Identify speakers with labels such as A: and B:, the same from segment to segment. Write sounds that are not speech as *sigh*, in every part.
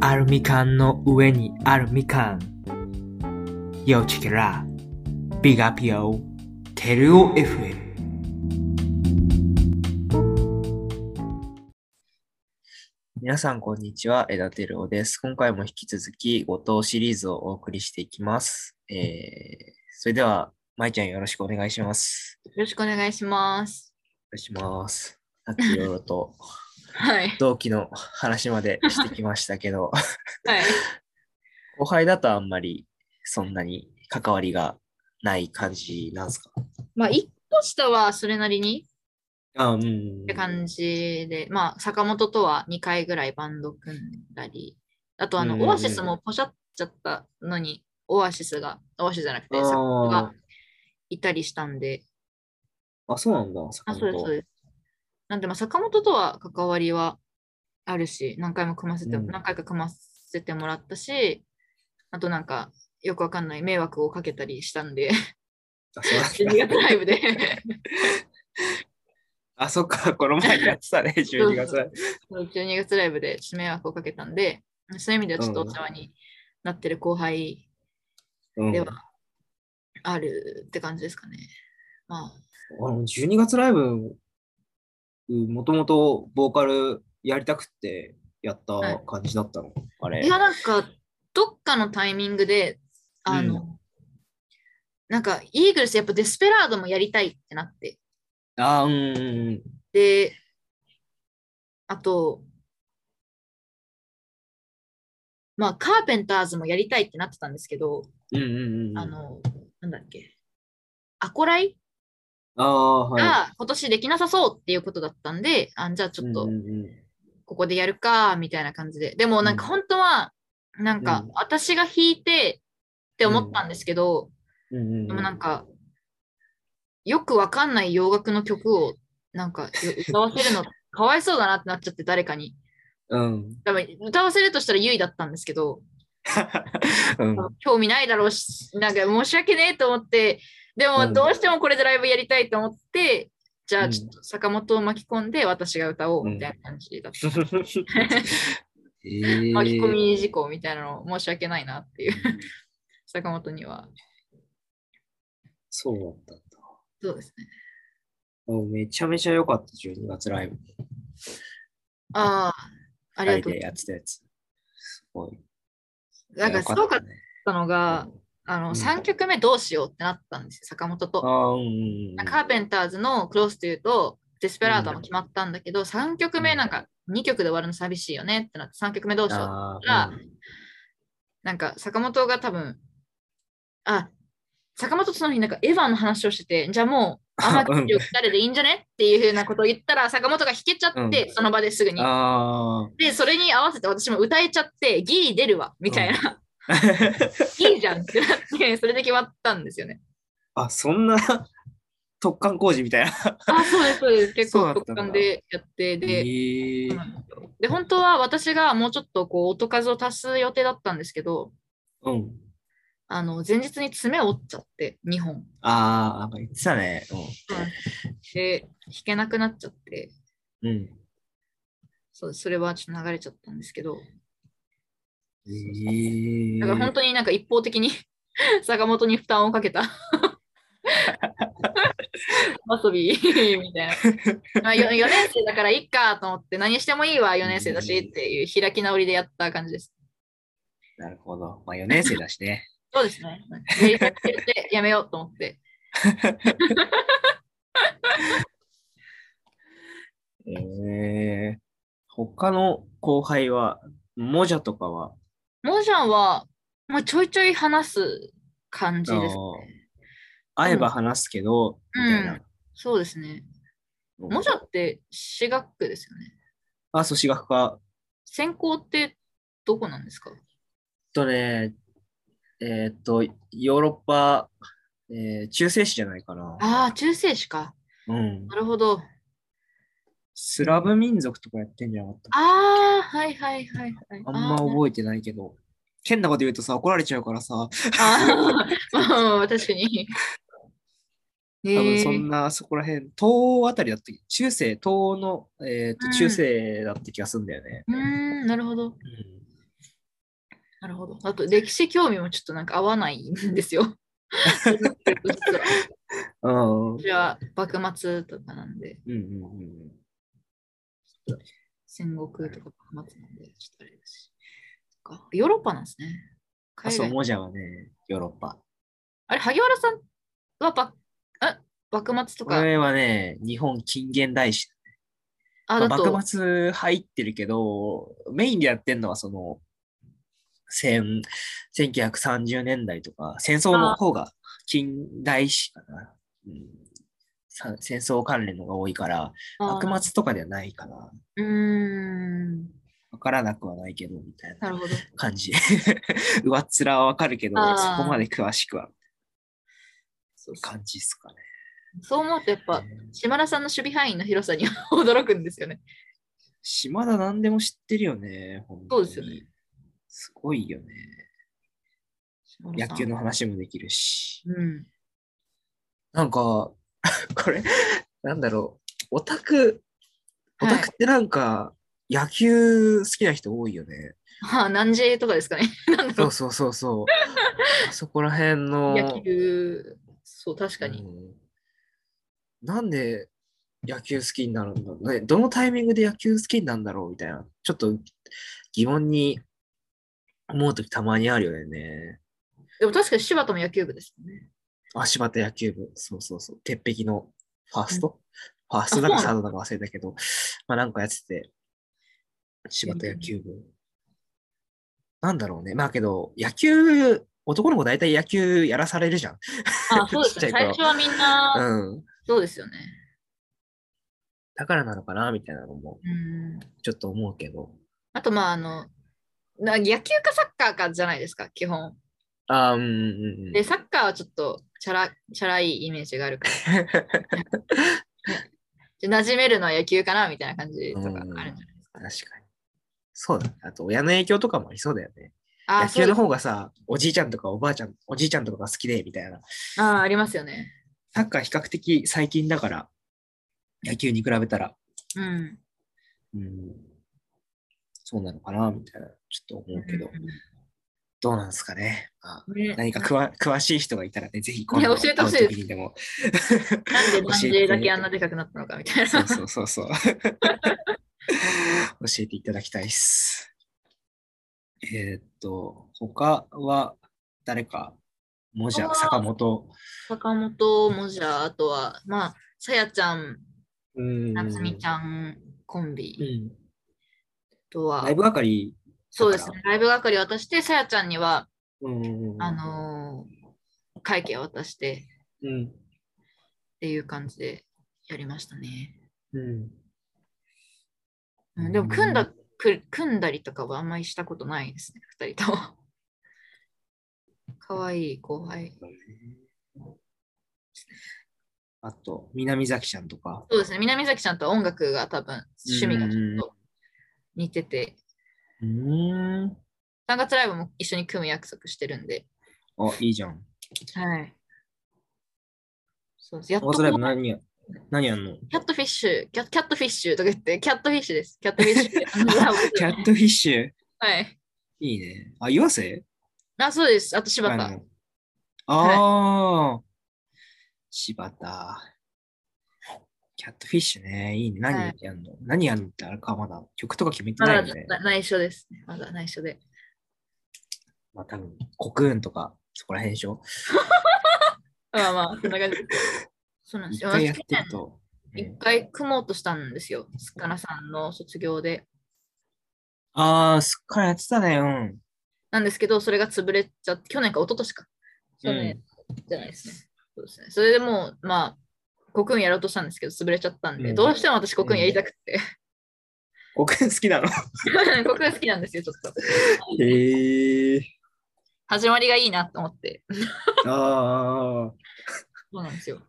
A: あるみかんの上にあるみかん。Yo, check it out. Big up, yo. テルオ FM。皆さん、こんにちは。枝テルオです。今回も引き続き、ご当シリーズをお送りしていきます。えー、それでは、まいちゃんよろしくお願いします。
B: よろしくお願いします。
A: お願いします。さっきいろいろと
B: はい。
A: 同期の話までしてきましたけど、
B: はい。
A: 後輩だとあんまりそんなに関わりがない感じなんですか
B: まあ、一個下はそれなりに
A: あうん。
B: って感じで、まあ、坂本とは2回ぐらいバンド組んだり、あと、あ
A: うんうん
B: の、
A: うん
B: オアシスもポシャっちゃったのに、オアシスが、オアシスじゃなくて、坂本
A: あ
B: がいたりしたんで、
A: ーあ、そうなんだ、坂
B: あ、そうです、そう
A: 本。
B: です。なんで、まあ、坂本とは関わりはあるし、何回も組ませて、
A: うん
B: 何回か組ませてもらったし、あとなんか、よくわかんない迷惑をかけたりした
A: *laughs*
B: んで、
A: あそう
B: *laughs*
A: なんだ
B: 12月ライブで。
A: あ、そっか、この前やってたね、12月。
B: 12月ライブで迷惑をかけたんで、そういう意味ではちょっとお世話になってる後輩
A: うん、
B: で
A: 俺
B: はあるって感じですかね。ま
A: も12月ライブ、うんもともとボーカルやりたくってやった感じだったの、あ
B: あ、
A: れ。
B: いや、なんか、どっかのタイミングで、あの、
A: うん
B: なんか、イーグルスやっぱデスペラードもやりたいってなって、
A: あー、うんうんうん。
B: で、あと、まあ、カーペンターズもやりたいってなってたんですけど、
A: うんうんうん。
B: あ、の、なんだっけ、アコライ
A: あー、はい。
B: が今年できなさそうっていうことだったんで、あじゃあちょっ
A: う
B: と
A: んうんうん
B: ここでやるかみたいな感じで、でもなんか
A: うん
B: 本当はなんか
A: うん
B: 私が弾いてって思ったんですけど、
A: うんうんうん、
B: でもなんかよくわかんない洋楽の曲をなんかよ歌わせるの *laughs* かわいそうだなってなっちゃって誰かに
A: うん。
B: 多分歌わせるとしたらゆいだったんですけど *laughs*
A: うん
B: 興味ないだろうしなんか申し訳ねえと思ってで
A: う
B: も
A: ん
B: どうしてもこれでライブやりたいと思って、じゃ
A: う
B: あ
A: ん
B: ちょっと坂本を巻き込んで私が歌おうみたいな感じだった、
A: えー
B: 巻き込み事項みたいなの申し訳ないなっていう *laughs* 坂本には
A: そうだったんだ。
B: そうですね
A: もうめちゃめちゃ良かった、12月ライブ。
B: ああありがと
A: 二人
B: う
A: でやってたやつ。すごい。
B: なんかすごかっ
A: ね。
B: たのがあ
A: う
B: の
A: ん
B: 3曲目どうしようってなったんですよ坂本
A: あ
B: と
A: あ、うんうんうん。
B: カーペンターズの「クロス」というとデスペラードも決まったんだけど3曲目なんか2曲で終わるの寂しいよねってなって3曲目どうしようって
A: あ
B: がなんか坂本が多分、あ、坂本とその日なんかエヴァの話をしてて、じゃ
A: *laughs*
B: あもう、アマティを誰でいいんじゃねっていうふうなことを言ったら、坂本が弾けちゃって、
A: う
B: その場ですぐ
A: ー
B: に。
A: あ
B: で、それに合わせて私も歌えちゃって、ギリ出るわ、みたいな。 *laughs*
A: ー。
B: いいじゃんってなって、それで決まったんですよね。
A: あ、そんな *laughs* 突貫工事みたいな。
B: あ、そうです、そうです。結
A: そうだ
B: 構、
A: ったんだ
B: 特感でやって、
A: え
B: で、
A: ー
B: そうなんですよで、本当は私がもうちょっとこう音数を足す予定だったんですけど、
A: うん。
B: あの前日に爪を折っちゃって、2本。
A: ああ、なんか言ってたね。
B: で、弾けなくなっちゃって、
A: うん。うん
B: そうそれはちょっと流れちゃったんですけど、
A: えー
B: だから本当になんか一方的に *laughs* 坂本に負担をかけた遊びみたいな。まあ、4, 年生だからいいかと思って、何してもいいわ、4年生だしっていう開き直りでやった感じです。
A: なるほど。まあ4年生だし
B: *laughs*
A: ね。
B: そうですね。やりたくてやめようと思って。
A: えー、他の後輩は、もじゃとかは、
B: モージャンは、まあ、ちょいちょい話す感じです。
A: あー会えば話すけど、
B: うん
A: みたいな。
B: そうですね。モジャって私学区ですよね。
A: あ、そう、私学科。
B: 専攻ってどこなんですか
A: えっとね、えーっと、ヨーロッパ、えー中世史じゃないかな。
B: ああ、中世史か。
A: うん。
B: なるほど。
A: スラブ民族とかやってんじゃなかった
B: ああ、はいはいはいはい。
A: あんま覚えてないけど。変なこと言うとさ、怒られちゃうからさ、
B: あーあー、 *laughs* 確かに。え
A: 多分
B: ー
A: そんな、そこら辺、東欧あたりだった気中世、東欧の、えーっ
B: う
A: と
B: ん
A: 中世だった気がするんだよね。
B: うーん、なるほど。
A: うん
B: なるほど。あと、歴史興味もちょっとなんか合わないんですよ。 *laughs*
A: うん。うん
B: 私は幕末とかなんで、
A: うんうん。
B: 戦国とか幕末なんで、ちょっとあれだし。そっかヨーロッパなんですね。
A: あ、
B: 海
A: そう、
B: 外
A: モジャはね、ヨーロッパ。
B: あれ、萩原さんはばあ幕末とか、
A: 俺はね、日本近現代史。
B: あ、
A: ま
B: だ
A: あ
B: と、
A: 幕末入ってるけど、メインでやってんのはその、千1930年代とか、戦争の方が近代史かな。うんさ戦争関連のが多いから、
B: あ
A: 幕末とかではないかな。
B: うーん、
A: わからなくはないけど、みたいな
B: なるほど。
A: 感じ。 *laughs* 上っ面はわかるけど
B: あ、ー
A: そこまで詳しくは
B: そうそう
A: 感じっすかね。
B: そう思うと、やっぱ、島田さんの守備範囲の広さに驚くんですよね。
A: 島田何でも知ってるよね。本当に
B: そうですよね。
A: すごいよね。
B: 島田
A: 野
B: さん
A: 球の話もできるし。
B: うん。
A: なんか、 *laughs* これ、なんだろう。オタク、オ
B: はい
A: タクってなんか、野球好きな人多いよね。
B: まあ、何時とかですかね。 *laughs* なんだ
A: そ
B: ろ
A: うそうそうそう。
B: *laughs*
A: あそこら辺
B: う。
A: の。
B: 野球、そう、確かに。
A: うんなんで野球好きになるんだろう、ね、どのタイミングで野球好きになるんだろうみたいな、ちょっと疑問に思うときたまにあるよね。
B: でも確かに柴田も野球部ですよね。
A: あ、柴田野球部、そうそうそう、鉄壁のファースト、ファーストだか
B: あそう
A: サ
B: な
A: ードだか忘れたけど、まあなんかやってて、柴田野球部。なんだろうね。まあけど、野球、男の子大体野球やらされるじゃん。
B: あ、そうで
A: *laughs*
B: す
A: ちっ
B: ね。
A: ちゃい頃
B: 最初はみんな、
A: うん。
B: そうですよね。
A: だからなのかなみたいなのも、
B: うん。
A: ちょっと思うけど。
B: あと、まあ、あの、な野球かサッカーかじゃないですか、基本。
A: あーうんうんうん。
B: で、サッカーはちょっと、チャラ、チャラいイメージがあるから。
A: *laughs*
B: で馴染めるのは野球かなみたいな感じとかあるんじゃないですか。
A: 確かに。そうだね。あと、親の影響とかもありそうだよね。
B: あ
A: 野
B: あ、そ
A: 球
B: うで
A: の
B: す
A: 方がさ、おじいちゃんとかおばあちゃん、おじいちゃんとかが好きで、みたいな。
B: あーありますよね。
A: サッカー比較的最近だから、野球に比べたら、
B: うん。
A: うん、そうなのかな、みたいな、ちょっと思うけど、
B: う
A: どうなんですかね。まあ
B: んね
A: 何かくわ詳しい人がいたらね、ぜひ
B: いや教えてほし
A: 会
B: いです
A: う時にでも。
B: な
A: 教え
B: んで男
A: て
B: 性だけあんなでかくなったのかみたい
A: そう
B: な。
A: そうそうそう。教 *laughs* えていただきたいっす。えーっと、他は誰か、もじ
B: 他
A: ゃ、
B: は
A: 坂本。
B: 坂本もじゃあ、あとは、まあ、さやちゃん、
A: うん。
B: 夏美ち
A: ん。
B: ゃんコン
A: う
B: ビ
A: ん。
B: とは、
A: ライブ係。
B: そうですね、ライブ係渡して、さやちゃんには、
A: うん。
B: あのー会計渡して
A: うん。
B: っていう感じでやりましたね。
A: うん。
B: うん、でも、組んだ、く組んだりとかはあんまりしたことないですね、二人とも。可愛い後輩。
A: あと、南崎ちゃんとか。
B: そうですね、南崎ちゃんとは音楽が多分趣味がちょっと似てて、
A: うん。
B: 3月ライブも一緒に組む約束してるんで、
A: あ、いいじゃん。
B: はい。そうです。やっ
A: オ
B: と
A: ーズライブ何や、何やんの
B: キャットフィッシュキャ、キャットフィッシュとか言って、キャットフィッシュです。キャットフィッシ *laughs*
A: キャ
B: ュ。
A: ットフィッシュ。
B: はい。
A: いいね。あ、岩瀬
B: あ、そうです。あと *laughs* 柴
A: あ
B: 田。
A: のあー、柴田。キャットフィッシュね。いいね。何
B: はい
A: やんの、何やんのってあれか、まだ曲とか決めて
B: ま
A: ない
B: だ
A: よね。
B: 内緒ですね。まだ内緒で。
A: まあ多分、コクーンとか、そこら辺でしょ。
B: まあまあ、そんな感じです。 *laughs* そうなんです
A: 一
B: よ。
A: 回やってると。う
B: 一
A: ん
B: 回組もうとしたんですよ。すっかなさんの卒業で。
A: あー、すっかりやってたね。うん。
B: なんですけど、それが潰れちゃって、去年か一昨年か。
A: う
B: 去
A: ん
B: 年じゃないですね。そうですね。それでもう、まあ、国運やろうとしたんですけど、潰れちゃったんで、
A: うん
B: どうしても私、国運やりたくて。 *laughs*
A: コクーン好きなの。
B: 国運好きなんですよ、ちょっと。
A: へえー。
B: 始まりがいいなと思って。
A: あー。
B: そうなんですよ。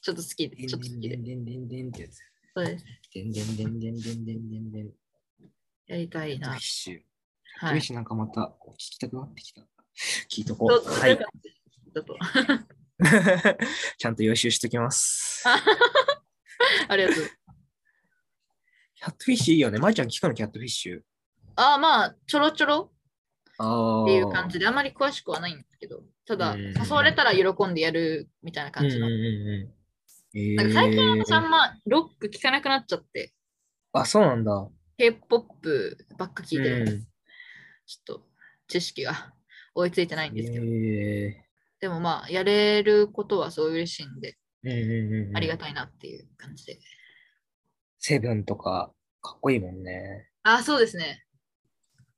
B: ちょっと好きで、ちょっと好き
A: で
B: で。
A: んでんでんでんってやつ。
B: そうです。
A: でんでんでんでんでんでんでんでん。キ
B: やりたい
A: ャットフィ
B: な
A: ッ。シュ。キャットフィ
B: はい。
A: ッ
B: ち
A: シュなんかまた聞きたくなってきた。聞いとこ
B: ょっ
A: う。
B: と、
A: はい。 *laughs*
B: ちょっと
A: ちゃんと予習しときます。
B: ありがとうございます。
A: キャットフィッシュいいよね。まいちゃん聞くのキャットフィッシュ。
B: ああ、まあ、ちょろちょろ。
A: あ
B: っていう感じ
A: で。
B: で、あまり詳しくはないんですけど、ただ、
A: うん
B: 誘われたら喜んでやるみたいな
A: うん
B: 感
A: うん
B: じの。
A: うんうん。
B: なんか最近
A: え
B: 私あん
A: ー、
B: まロック聞かなくなっちゃって、
A: あ、そうなんだ。
B: K-POP ばっか聞いてるんです、
A: うん
B: ちょっと知識が追いついてないんですけど、
A: え
B: でもまあ、やれることはそう嬉しいんで、
A: ーうんうんうんうん、
B: ありがたいなっていう感じで。
A: セブンとか、かっこいいもんね。
B: あ、そうですね。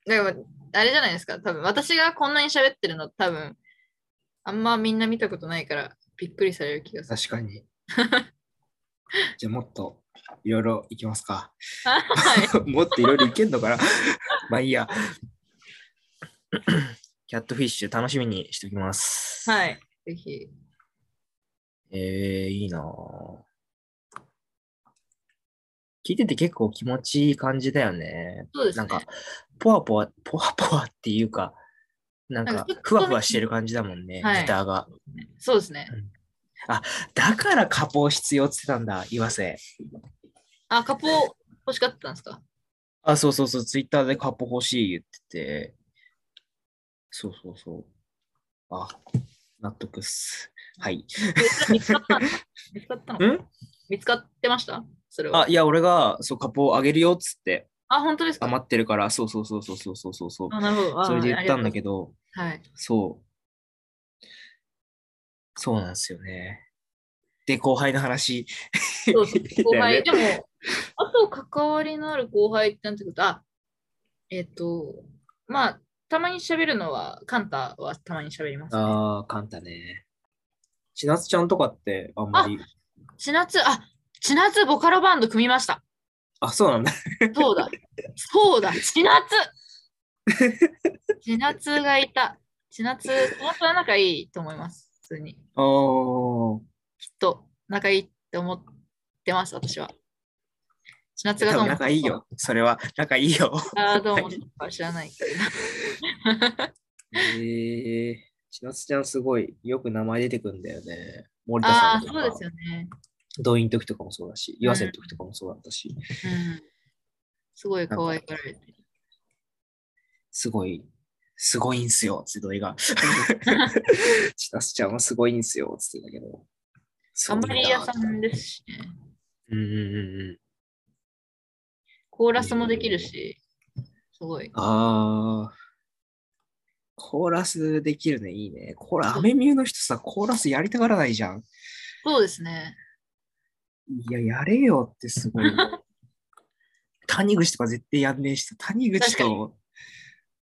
B: だから、あれじゃないですか。多分私がこんなに喋ってるの、多分あんまみんな見たことないから、びっくりされる気がする。
A: 確か
B: *laughs*
A: に。じゃあもっといろいろいきますか。
B: はい。
A: もっといろいろいけんのかな *laughs* まあいいや。キャットフィッシュ楽しみにしておきます。い。
B: *laughs* はい。ぜひ。
A: えー、いいなぁ聞いてて結構気持ちいい感じだよね。
B: そうです
A: な
B: ね。
A: んか、ポワポワ、ポワポワっていうか、なん
B: なん
A: か
B: か、
A: ふわふわしてる感じだもんね、
B: はい
A: ギターが。
B: そうですね。
A: だから、加工必要って言ってたんだ、岩瀬。
B: あ、カポ欲しかったんです
A: *laughs*
B: か
A: あ、そうそうそう、ツイッターでカップ欲しい言ってて。そうそうそう。あ、納得っす。はい。
B: 見つかったの見つかったの
A: ん
B: 見つかってましたそれは。
A: あ、いや、俺が、そう、カップをあげるよっつって、
B: あ、本当ですか
A: 余ってるから、そうそうそうそうそうそうそうそう。
B: あ、なるほど。あ
A: それで言ったんだけ
B: ど。
A: ど、
B: はい。
A: そう。そうなんですよね。で、後輩の話。
B: そう
A: *laughs*
B: そう後輩。
A: だ
B: でも、あと関わりのある後輩ってなんてことあ、えっ、と、まあ、たまに喋るのは、カンタはたまに喋ります、ね。
A: ああ、カンタね。千夏ちゃんとかって、あんまり。
B: 千夏、あ、千夏ボカロバンド組みました。
A: あ、そうなんだ。
B: そ
A: *laughs*
B: うだ。そうだ。千夏。千夏がいた。千夏、千夏は仲いいと思います。普通に。
A: あー
B: きっと仲いいって思ってます、私は。千夏が
A: 多
B: どう
A: 分
B: も。
A: 仲いい。よ。それは、仲いいよ。
B: あーどうもとか知らないけど。
A: ええ千夏ちゃんすごい、よく名前出てくるんだよね。森田さ
B: ああ、
A: んと
B: そ
A: か、
B: うですよね。
A: 動員の時とかもそうだし、岩瀬の時とかもそうだったし、
B: うん。すごい可愛がられてる。
A: すごい、すごいんすよ、つって動員が。 *laughs* 千夏ちゃんはすごいんすよ、つってたけど。
B: 頑張り屋さ
A: そうなん
B: ん
A: だ
B: ですしね。
A: うんうんうんうん。
B: コーラスもできるし、すごい。
A: ああ。コーラスできるね、いいね。コーラ、アメミューの人さ、コーラスやりたがらないじゃん。
B: そうですね。
A: いや、やれよってす
B: *laughs*
A: ごい。谷口とか絶対やんねえし、谷口
B: 確
A: と、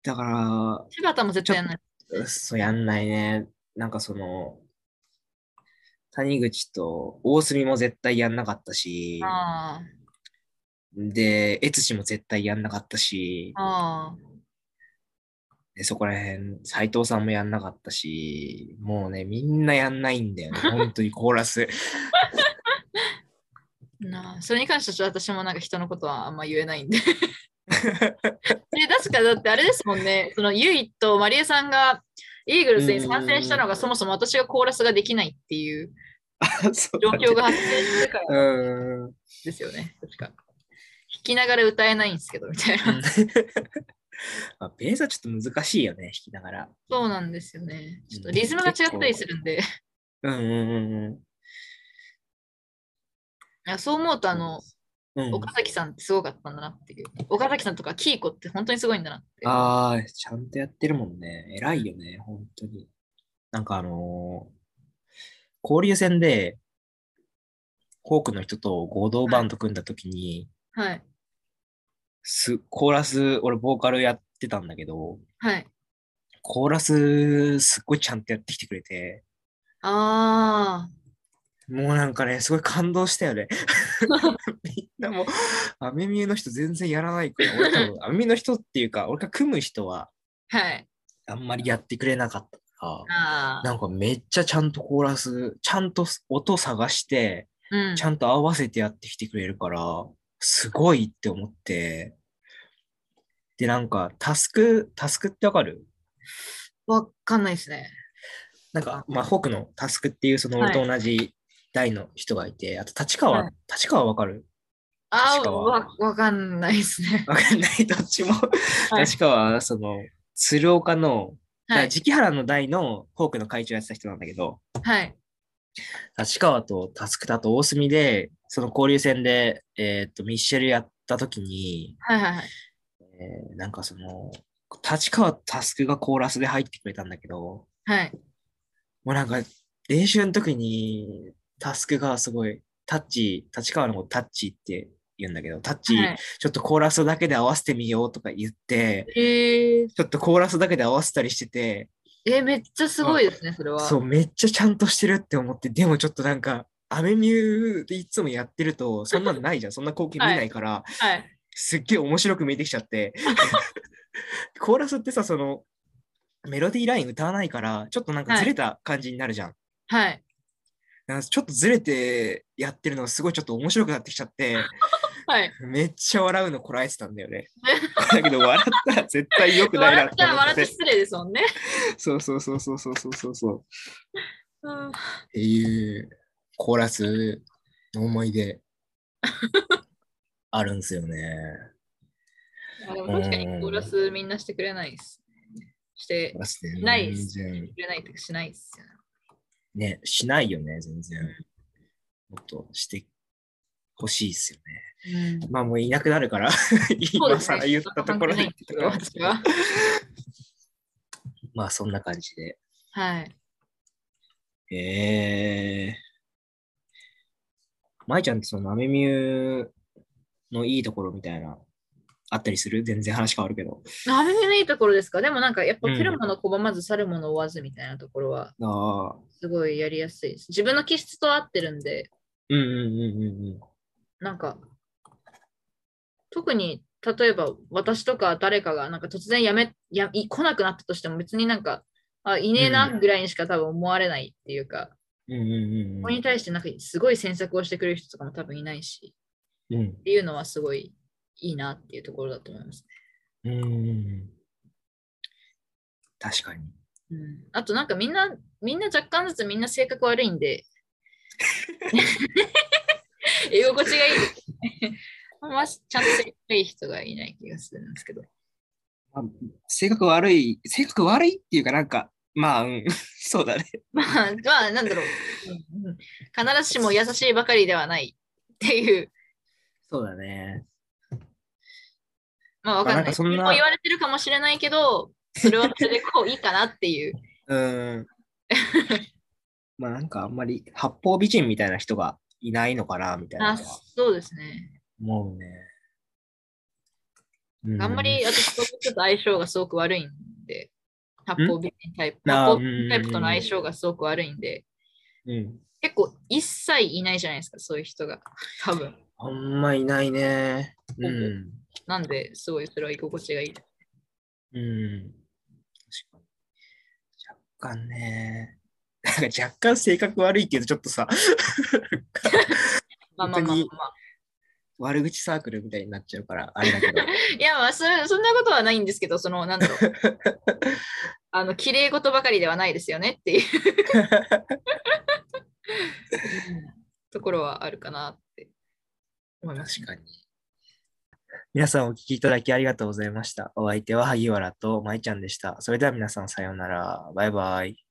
A: だか
B: 柴田も絶対やんない。
A: ら、そうやんないね。なんかその、谷口と大隅も絶対やんなかったし、
B: あ
A: で、悦司も絶対やんなかったし
B: あ、、ああ。
A: でそこら辺、斎藤さんもやんなかったし、もうね、みんなやんないんだよね。本当にコーラ
B: *laughs*
A: ス。
B: なあそれに関しては私もなんか人のことはあんま言えないんで。
A: *laughs*
B: で確かだってあれですもんね、そのユイとマリエさんがイーグルスに参戦したのがそもそも私がコーラスができないっていう
A: そう
B: 状
A: だね
B: 況が発生してから
A: うん。
B: ですよね、確か。弾きながら歌えないんですけどみたいな。
A: *laughs* まあ、ベースはちょっと難しいよね、弾きながら。
B: そうなんですよね。ちょっとリズムが違ったりするんで、
A: うんうんうん
B: いやそう思うと、あの、
A: うん。うん、
B: 岡崎さんってすごかったんだなっていう。岡崎さんとかキーコって本当にすごいんだなって。
A: ああ、ちゃんとやってるもんね。偉いよね、本当に。なんかあのー交流戦で、フォークの人と合同バンド組んだ時に、
B: はい。
A: すコーラス、俺ボーカルやってたんだけど、
B: はい。
A: コーラスすっごいちゃんとやってきてくれて、
B: あ
A: もうなんかね、すごい感動したよね。みんなもう、アメミエの人全然やらないから、俺
B: *laughs*
A: 多分、アメミエの人っていうか、俺が組む人は
B: あ。はい。
A: あんまりやってくれなかったから、
B: ああ。
A: なんかめっちゃちゃんとコーラス、ちゃんと音探して、
B: うん
A: ちゃんと合わせてやってきてくれるから、すごいって思って、で、なんか、タスク、タスクってわかる
B: わかんないですね。
A: なんか、まあ、ホークのタスクっていう、その俺と同じ代の人がいて、あと立川、
B: は
A: 立川わかる
B: あ
A: 確
B: あ、
A: かは
B: わわかんないですね。
A: わかんない、どっちも。
B: はい
A: 確かは、その、鶴岡の、だか
B: は
A: ら
B: い。
A: 直原の代のフォークの会長やってた人なんだけど、
B: はい。
A: 立川とタスクタと大隅で、その交流戦で、えーっと、ミッシェルやった時に、
B: はいはいはい。
A: えーなんかその、立川とタスクがコーラスで入ってくれたんだけど、
B: はい。
A: もうなんか、練習の時に、タスクがすごい、タッチ、立川のことタッチって言うんだけど、タッチ、
B: はい
A: ちょっとコーラスだけで合わせてみようとか言って、
B: えー、
A: ちょっとコーラスだけで合わせたりしてて、
B: えーめっちゃすごいですね、それは。
A: そう、めっちゃちゃんとしてるって思って、でもちょっとなんか、アメミューでいつもやってると、そんなのないじゃん、そんな光景見ないから、
B: はい。
A: すっげえ面白く見えてきちゃって、コーラスってさ、その、メロディーライン歌わないから、ちょっとなんかずれた感じになるじゃん。
B: はい。
A: なんかちょっとずれてやってるのがすごいちょっと面白くなってきちゃって、
B: はい。
A: めっちゃ笑うのこらえてたんだよね。だけど笑ったら絶対良くないな
B: 笑
A: っ
B: ってたら
A: 思
B: 笑
A: っ
B: って
A: て。
B: 失礼ですもんね。
A: そうそうそうそうそうそうそうそう。
B: うん
A: っていうコーラスの思い
B: *laughs*
A: 出あるんですよね。
B: あでも確かにコーラスみんなしてくれないです。して
A: コーラスね
B: ないっ
A: 全
B: す
A: 然
B: くれないとかしないですよね。
A: ね、しないよね、全然。もっとしてほしいっすよね。
B: うん
A: まあもういなくなるから、今更言ったところで言ってたから
B: 私は。
A: まあそんな感じで。
B: はい。
A: ええ舞ちゃんってそのアメミューのいいところみたいな、あったりする全然話変わるけど。
B: アメミのいいところですかでもなんかやっぱ
A: うん
B: 来るもの拒まず去るもの追わずみたいなところは
A: ああ。
B: すごいやりやすいです。自分の気質と合ってるんで、
A: うんうんうんうんうん。
B: なんか特に例えば私とか誰かがなんか突然やめやい来なくなったとしても別になんかあいねえな
A: うん
B: ぐらいにしか多分思われないっていうか、
A: うんうんうん
B: ここに対してなんかすごい詮索をしてくれる人とかも多分いないし
A: うん。
B: っていうのはすごいいいなっていうところだと思います。
A: うんうんうんうん。確かに。
B: うん、あとなんかみんな、みんな若干ずつみんな性格悪い
A: *laughs*
B: んで、居心地がいいですね。あんまちゃんと性格いい人がいない気がするんですけど。
A: 性格悪い、性格悪いっていうかなんか、まあ、うん、 *laughs* そうだね。
B: まあ、まあ、なんだろう、うんうん必ずしも優しいばかりではないっていう、
A: そうだね。
B: まあわか
A: ま
B: ん
A: あな
B: なん
A: か
B: い。
A: そんな
B: こう言われてるかもしれないけど、それはそれでこういいかなっ
A: *laughs*
B: ていう。
A: うん。まあなんかあんまり八方美人みたいな人がいないのかな、みたいな
B: あ
A: のは
B: そうですね。
A: 思うね。うん
B: あんまり私とちょっと相性がすごく悪いんで、八方美人タイプ。
A: あ
B: 八方美人タイプとの相性がすごく悪いんで、
A: うん。
B: 結構一切いないじゃないですか、そういう人が。多分。
A: あんまいないね。うん。
B: なんで、すごいそれは居心地がいい。
A: うん。確かに。若干ね。 *laughs* なんか若干性格悪いけど、ちょっとさ、
B: まあまあまあまあ
A: 本当悪口サークルみたいになっちゃうから、あれだけど。
B: まあ。いや、まあそ、そんなことはないんですけど、その、な
A: *laughs*
B: んだろう。あの、綺麗事ばかりではないですよね
A: *laughs*
B: っていうところはあるかなって思います。
A: 確かに。皆さんお聞きいただきありがとうございました。お相手は萩原と舞ちゃんでした。それでは皆さんさようなら。バイバイ。